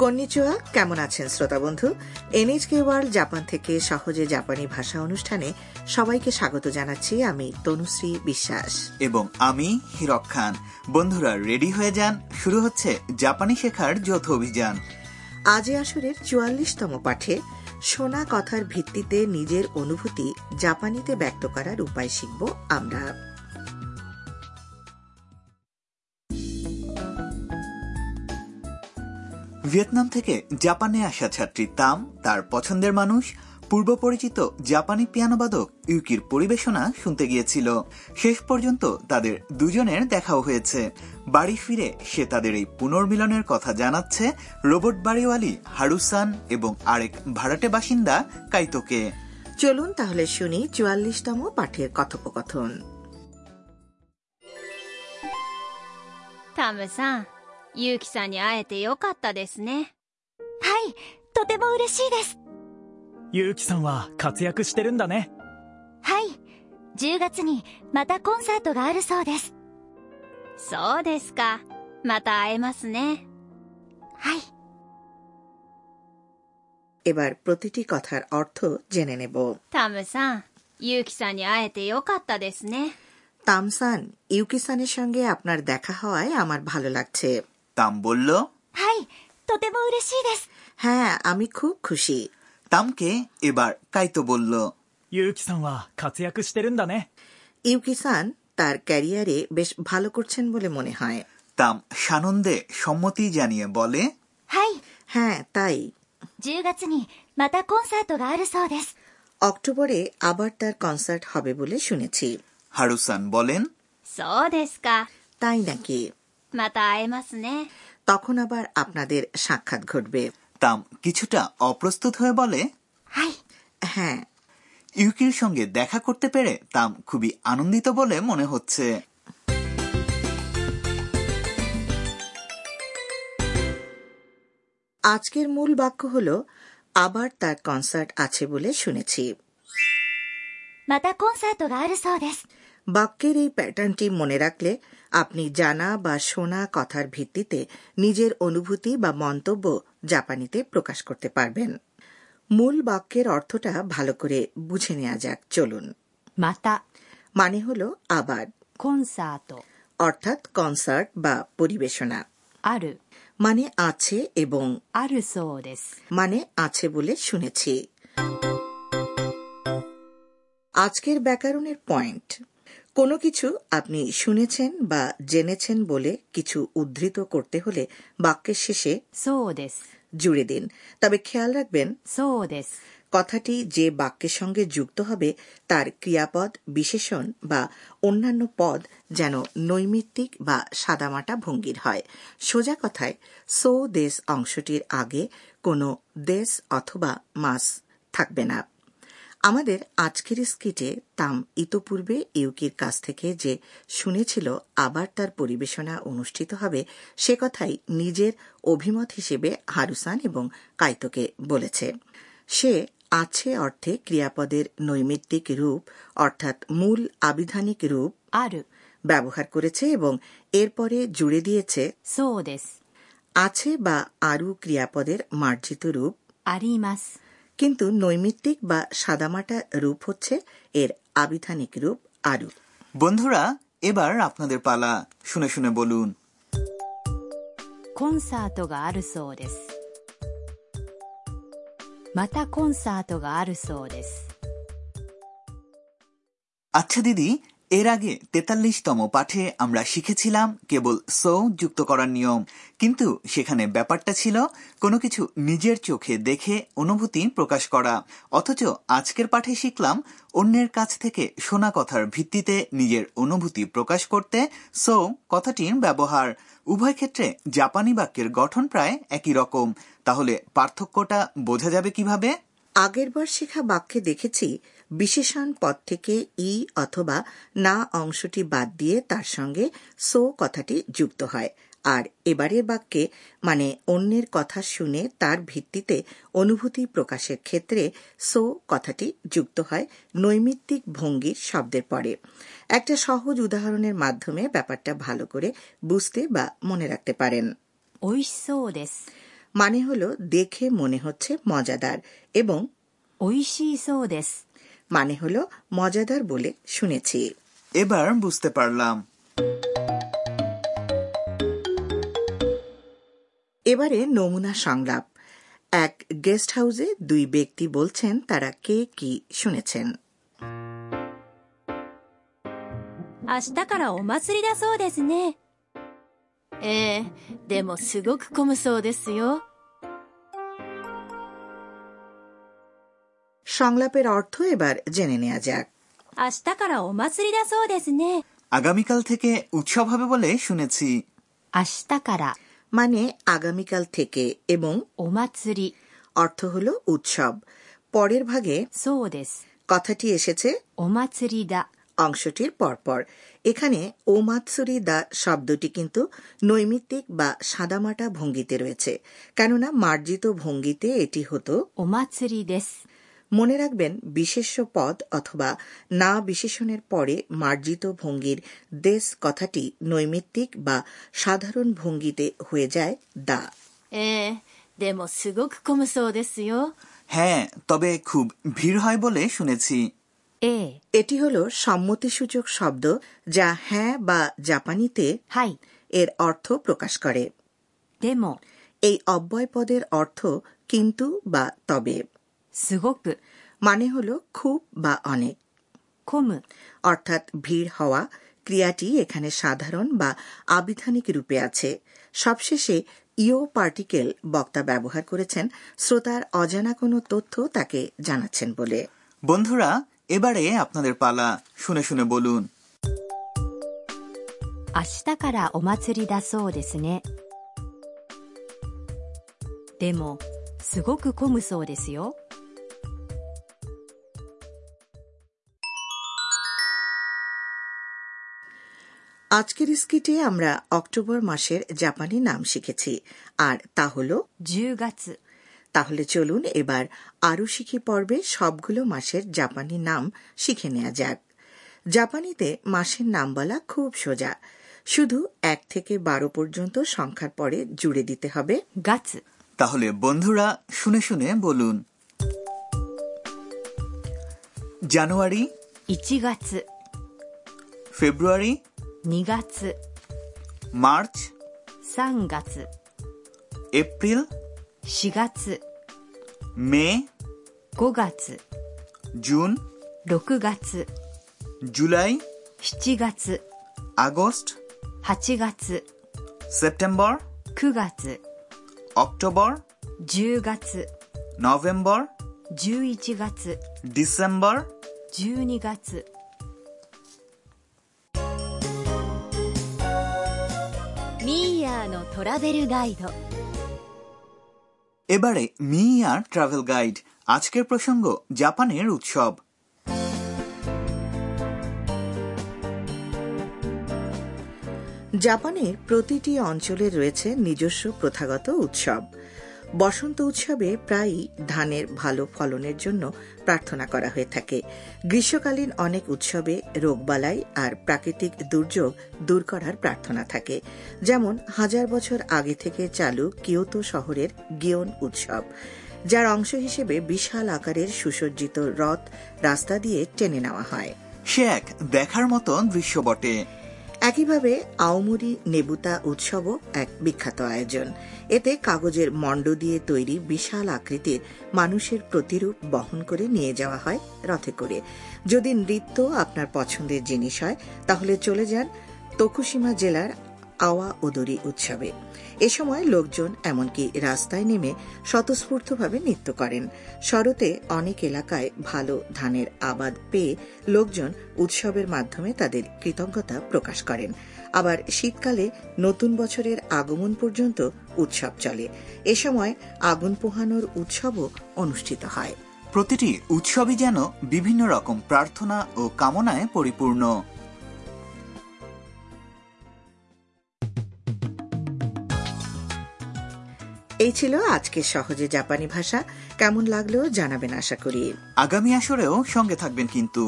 কন্নিচুয়া কেমন আছেন শ্রোতা বন্ধু এনএচকে ওয়ার্ল্ড জাপান থেকে সহজে জাপানি ভাষা অনুষ্ঠানে সবাইকে স্বাগত জানাচ্ছি আমি তনুশ্রী বিশ্বাস এবং আমি হিরক খান বন্ধুরা রেডি হয়ে যান শুরু হচ্ছে জাপানি শেখার যৌথ অভিযান আজ এ আসরের চুয়াল্লিশতম পাঠে শোনা কথার ভিত্তিতে নিজের অনুভূতি জাপানিতে ব্যক্ত করার উপায় শিখব আমরা ভিয়েতনাম থেকে জাপানে আসা ছাত্রী তাম তার পছন্দের মানুষ পূর্ব পরিচিত জাপানি পিয়ানোবাদক ইউকির পরিবেশনা শুনতে গিয়েছিল শেষ পর্যন্ত তাদের দুজনের দেখাও হয়েছে বাড়ি ফিরে সে তাদের এই পুনর্মিলনের কথা জানাচ্ছে রোবট বাড়িওয়ালি হারুসান এবং আরেক ভাড়াটে বাসিন্দা কাইতোকে চলুন তাহলে শুনি চুয়াল্লিশতম পাঠের কথোপকথন タムさん、ユウキさんに会えてよかったですね。はい、とても嬉しいです。ゆうきさんは活躍してるんだね。はい、10月にまたコンサートがあるそうです。そうですか。また会えますね。はい、 এবার প্রতিটি কথার অর্থ জেনে নেব タムさん、ユウキさんに会えてよかったですね。 তামসান ইউকিসানের সঙ্গে আপনার দেখা হওয়ায় আমার ভালো লাগছে তাম বলল はい、とても嬉しいです。 হ্যাঁ আমি খুব খুশি তামকে এবার কাইতো বলল ゆうきさんは活躍してるんだね。 ইউকিসান তার ক্যারিয়ারে বেশ ভালো করছেন বলে মনে হয় তাম সানন্দে সম্মতি জানিয়ে বলে はい、 হ্যাঁ তাই 10月にまたコンサートがあるそうです。 অক্টোবরে আবার তার কনসার্ট হবে বলে শুনেছি হারুসান বলেন そうですか。 তাই নাকি また会えますね。 তখন আবার আপনাদের সাক্ষাৎ ঘটবে তাম কিছুটা অপ্রস্তুত হয়ে বলে はい、 হ্যাঁ ইউকির সঙ্গে দেখা করতে পেরে তাম খুবই আনন্দিত বলে মনে হচ্ছে আজকের মূল বাক্য হল আবার তার কনসার্ট আছে বলে শুনেছি またコンサートがあるそうです。 বাক্যের এই প্যাটার্নটি মনে রাখলে আপনি জানা বা শোনা কথার ভিত্তিতে নিজের অনুভূতি বা মন্তব্য জাপানিতে প্রকাশ করতে পারবেন মূল বাক্যের অর্থটা ভালো করে বুঝে নেওয়া যাক চলুন また মানে হল আবার コンサート অর্থাৎ কনসার্ট বা পরিবেশনা ある মানে আছে এবং あるそうです মানে আছে বলে শুনেছি আজকের ব্যাকরণের পয়েন্ট কোনো কিছু আপনি শুনেছেন বা জেনেছেন বলে কিছু উদ্ধৃত করতে হলে বাক্যের শেষে そうです জুড়ে দিন তবে খেয়াল রাখবেন そうです কথাটি যে বাক্যের সঙ্গে যুক্ত হবে তার ক্রিয়াপদ বিশেষণ বা অন্যান্য পদ যেন নৈমিত্তিক বা সাদামাটা ভঙ্গির হয় সোজা কথায় সো দেশ অংশটির আগে কোনো দেশ অথবা মাস থাকবে না আমাদের আজকের স্কিটে তাম ইতোপূর্বে ইউকির কাছ থেকে যে শুনেছিল আবার তার পরিবেশনা অনুষ্ঠিত হবে সে কথাই নিজের অভিমত হিসেবে হারুসান এবং কাইতোকে বলেছে সে আছে অর্থে ক্রিয়াপদের নৈমিত্তিক রূপ অর্থাৎ মূল আবিধানিক রূপ ある ব্যবহার করেছে এবং এরপরে জুড়ে দিয়েছে そうです আছে বা আরু ক্রিয়াপদের মার্জিত রূপ あります কিন্তু নৈমিত্তিক বা সাদামাটা রূপ হচ্ছে এর আবিধানিক রূপ আরু বন্ধুরা এবার আপনাদের পালা শুনে শুনে বলুন コンサートがあるそうですまたコンサートがあるそうです আচ্ছা দিদি এর আগে তেতাল্লিশতম পাঠে আমরা শিখেছিলাম কেবল সো যুক্ত করার নিয়ম কিন্তু সেখানে ব্যাপারটা ছিল কোনো কিছু নিজের চোখে দেখে অনুভূতি প্রকাশ করা অথচ আজকের পাঠে শিখলাম অন্যের কাছ থেকে শোনা কথার ভিত্তিতে নিজের অনুভূতি প্রকাশ করতে সো কথাটির ব্যবহার উভয় ক্ষেত্রে জাপানি বাক্যের গঠন প্রায় একই রকম তাহলে পার্থক্যটা বোঝা যাবে কিভাবে আগের বার শেখা বাক্যে দেখেছি বিশেষণ পদ থেকে ই অথবা না অংশটি বাদ দিয়ে তার সঙ্গে সো কথাটি যুক্ত হয় আর এবারের বাক্যে মানে অন্যের কথা শুনে তার ভিত্তিতে অনুভূতি প্রকাশের ক্ষেত্রে সো কথাটি যুক্ত হয় নৈমিত্তিক ভঙ্গির শব্দের পরে একটা সহজ উদাহরণের মাধ্যমে ব্যাপারটা ভালো করে বুঝতে বা মনে রাখতে পারেন 美味しそうです মানে হলো দেখে মনে হচ্ছে মজাদার এবং 美味しいそうです মানে হলো মজাদার বলে শুনেছি এবার বুঝতে পারলাম এবারে নমুনা সংলাপ এক গেস্ট হাউসে দুই ব্যক্তি বলছেন তারা কে কি শুনেছেন 明日からお祭りだそうですねええでもすごく混むそうですよ সংলাপের অর্থ এবার জেনে নেওয়া যাক 明日からお祭りだそうですね আগামীকাল থেকে উৎসব হবে বলে শুনেছি 明日から মানে আগামীকাল থেকে এবং お祭り অর্থ হল উৎসব পরের ভাগে そうです কথাটি এসেছে お祭りだ অংশটির পরপর এখানে ওমাৎসুরি দা শব্দটি কিন্তু নৈমিত্তিক বা সাদামাটা ভঙ্গিতে রয়েছে কেননা মার্জিত ভঙ্গিতে এটি হতো お祭りです মনে রাখবেন বিশেষ্য পদ অথবা না বিশেষণের পরে মার্জিত ভঙ্গির দেশ কথাটি নৈমিত্তিক বা সাধারণ ভঙ্গিতে হয়ে যায় দা ええでもすごく混むそうですよ হ্যাঁ তবে খুব ভিড় হয় বলে শুনেছি A এটি হল সম্মতিসূচক শব্দ যা হ্যাঁ বা জাপানিতে はい এর অর্থ প্রকাশ করে でも এই অব্যয় পদের অর্থ কিন্তু বা তবে すごく মানে হল খুব বা অনেক 混む অর্থাৎ ভিড় হওয়া ক্রিয়াটি এখানে সাধারণ বা আবিধানিক রূপে আছে সবশেষে ইও পার্টিকেল বক্তা ব্যবহার করেছেন শ্রোতার অজানা কোনো তথ্য তাকে জানাচ্ছেন বলে বন্ধুরা এবারে আপনাদের পালা শুনে শুনে বলুন 明日からお祭りだそうですねでもすごく混むそうですよ আজকের স্কিটে আমরা অক্টোবর মাসের জাপানি নাম শিখেছি আর তা হল 10月 তাহলে চলুন এবার আরও শিখি পর্বে সবগুলো মাসের জাপানি নাম শিখে নেওয়া যাক জাপানিতে মাসের নাম বলা খুব সোজা শুধু এক থেকে বারো পর্যন্ত সংখ্যার পরে জুড়ে দিতে হবে 月 তাহলে বন্ধুরা শুনে শুনে বলুন January 1月 February 2月 March 3月 April 4月 May 5月 June 6月 July 7月 August 8月 September 9月 October 10月 November 11月 December 12月ミーヤーのトラベルガイド এবারে মি আর ট্রাভেল গাইড আজকের প্রসঙ্গ জাপানের উৎসব জাপানের প্রতিটি অঞ্চলে রয়েছে নিজস্ব প্রথাগত উৎসব বসন্ত উৎসবে প্রায়ই ধানের ভালো ফলনের জন্য প্রার্থনা করা হয়ে থাকে গ্রীষ্মকালীন অনেক উৎসবে রোগবালাই আর প্রাকৃতিক দুর্যোগ দূর করার প্রার্থনা থাকে যেমন হাজার বছর আগে থেকে চালু কিয়োতো শহরের গিয়ন উৎসব যার অংশ হিসেবে বিশাল আকারের সুসজ্জিত রথ রাস্তা দিয়ে টেনে নেওয়া হয় সে এক দেখার মতন দৃশ্য বটে একইভাবে আওমুরি নেবুতা উৎসবও এক বিখ্যাত আয়োজন এতে কাগজের মণ্ড দিয়ে তৈরি বিশাল আকৃতির মানুষের প্রতিরূপ বহন করে নিয়ে যাওয়া হয় রথে করে যদি নৃত্য আপনার পছন্দের জিনিস হয় তাহলে চলে যান তকুশিমা জেলার আওয়া ওদরি উৎসবে এ সময় লোকজন এমনকি রাস্তায় নেমে স্বতঃস্ফূর্তভাবে নৃত্য করেন শরতে অনেক এলাকায় ভালো ধানের আবাদ পেয়ে লোকজন উৎসবের মাধ্যমে তাদের কৃতজ্ঞতা প্রকাশ করেন আবার শীতকালে নতুন বছরের আগমন পর্যন্ত উৎসব চলে এ সময় আগুন পোহানোর উৎসবও অনুষ্ঠিত হয় প্রতিটি উৎসবই যেন বিভিন্ন রকম প্রার্থনা ও কামনায় পরিপূর্ণ এই ছিল আজকের সহজে জাপানি ভাষা কেমন লাগলো জানাবেন আশা করি আগামী আসরেও সঙ্গে থাকবেন কিন্তু